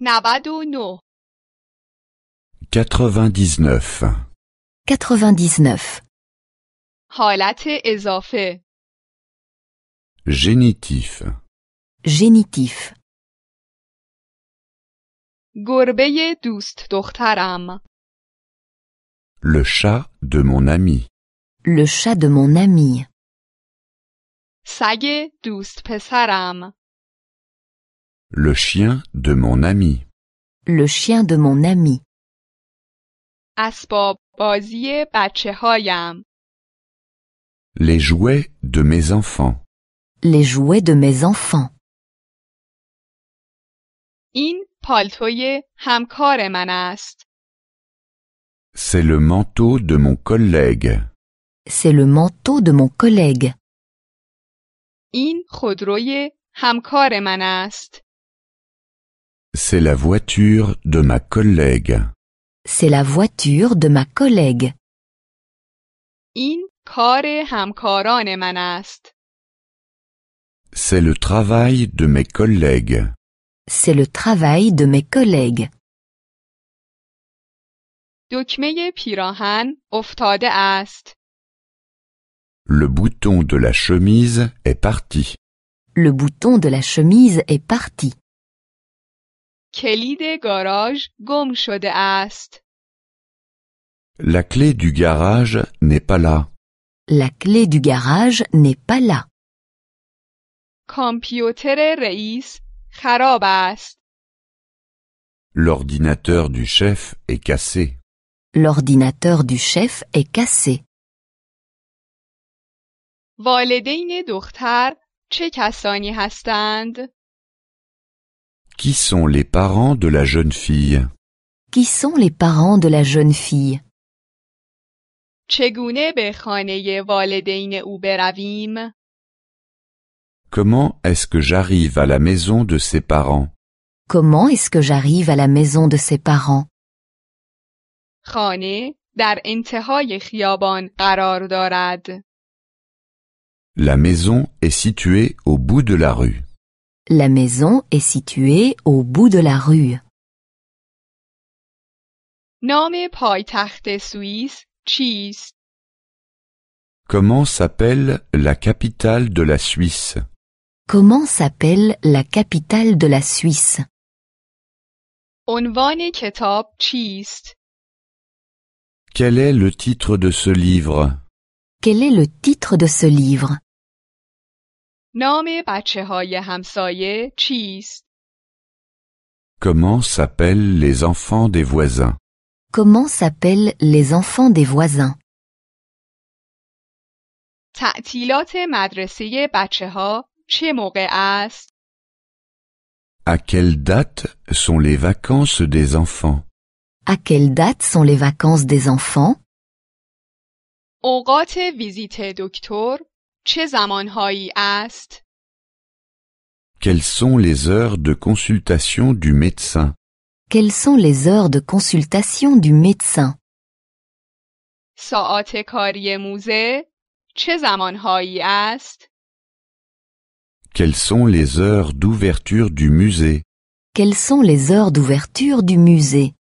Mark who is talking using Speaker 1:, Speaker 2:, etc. Speaker 1: نود و نه
Speaker 2: 99.
Speaker 3: 99.
Speaker 1: حالت اضافه
Speaker 2: Génitif.
Speaker 3: Génitif.
Speaker 1: گربه دوست دخترم
Speaker 2: Le chat de mon ami.
Speaker 3: Le chat de mon ami.
Speaker 1: سگ دوست پسرم
Speaker 2: Le chien de mon ami.
Speaker 3: Le chien de mon ami.
Speaker 1: اسباب بازی بچه هایم
Speaker 2: Les jouets de mes enfants.
Speaker 3: Les jouets de mes enfants.
Speaker 1: این پالتوی همکار من است
Speaker 2: C'est le manteau de mon collègue.
Speaker 3: C'est le manteau de mon collègue.
Speaker 1: این خودروی همکار من است
Speaker 2: C'est la voiture de ma collègue.
Speaker 3: C'est la voiture de ma collègue.
Speaker 1: این کار همکاران من است
Speaker 2: C'est le travail de mes collègues.
Speaker 3: C'est le travail de mes collègues.
Speaker 1: دکمه پیراهن افتاده است
Speaker 2: Le bouton de la chemise est parti.
Speaker 3: Le bouton de la chemise est parti.
Speaker 1: کلید گاراژ گم شده است
Speaker 2: La clé du garage n'est pas là.
Speaker 3: La clé du garage n'est pas là.
Speaker 1: کامپیوتر رئیس خراب است
Speaker 2: L'ordinateur du chef est cassé.
Speaker 3: L'ordinateur du chef est cassé.
Speaker 1: والدین دختر چه کسانی هستند
Speaker 2: Qui sont les parents de la jeune fille
Speaker 3: Qui sont les parents de la jeune fille
Speaker 1: چگونه به خانه والدین او برویم
Speaker 2: Comment est-ce que j'arrive à la maison de ses parents
Speaker 3: Comment est-ce que j'arrive à la maison de ses parents
Speaker 1: خانه در انتهای خیابان قرار دارد
Speaker 2: La maison est située au bout de la rue.
Speaker 3: La maison est située au bout de la rue.
Speaker 1: نام پایتخت سوئیس چیست
Speaker 2: Comment s'appelle la capitale de la Suisse
Speaker 3: Comment s'appelle la capitale de la Suisse
Speaker 1: عنوان کتاب چیست
Speaker 2: Quel est le titre de ce livre
Speaker 3: Quel est le titre de ce livre
Speaker 1: نام بچه های همسایه چیست
Speaker 2: Comment s'appellent les enfants des voisins
Speaker 3: Comment s'appellent les enfants des voisins
Speaker 1: تعطیلات مدرسه بچه ها چه موقع است
Speaker 2: À quelle date sont les vacances des enfants
Speaker 3: À quelle date sont les vacances des enfants
Speaker 1: اوقات ویزیت دکتر چه زمانهایی است
Speaker 2: Quelles sont les heures de consultation du médecin
Speaker 3: Quelles sont les heures de consultation du médecin
Speaker 1: ساعت کاری موزه چه زمانهایی است
Speaker 2: Quelles sont les heures d'ouverture du musée
Speaker 3: Quelles sont les heures d'ouverture du musée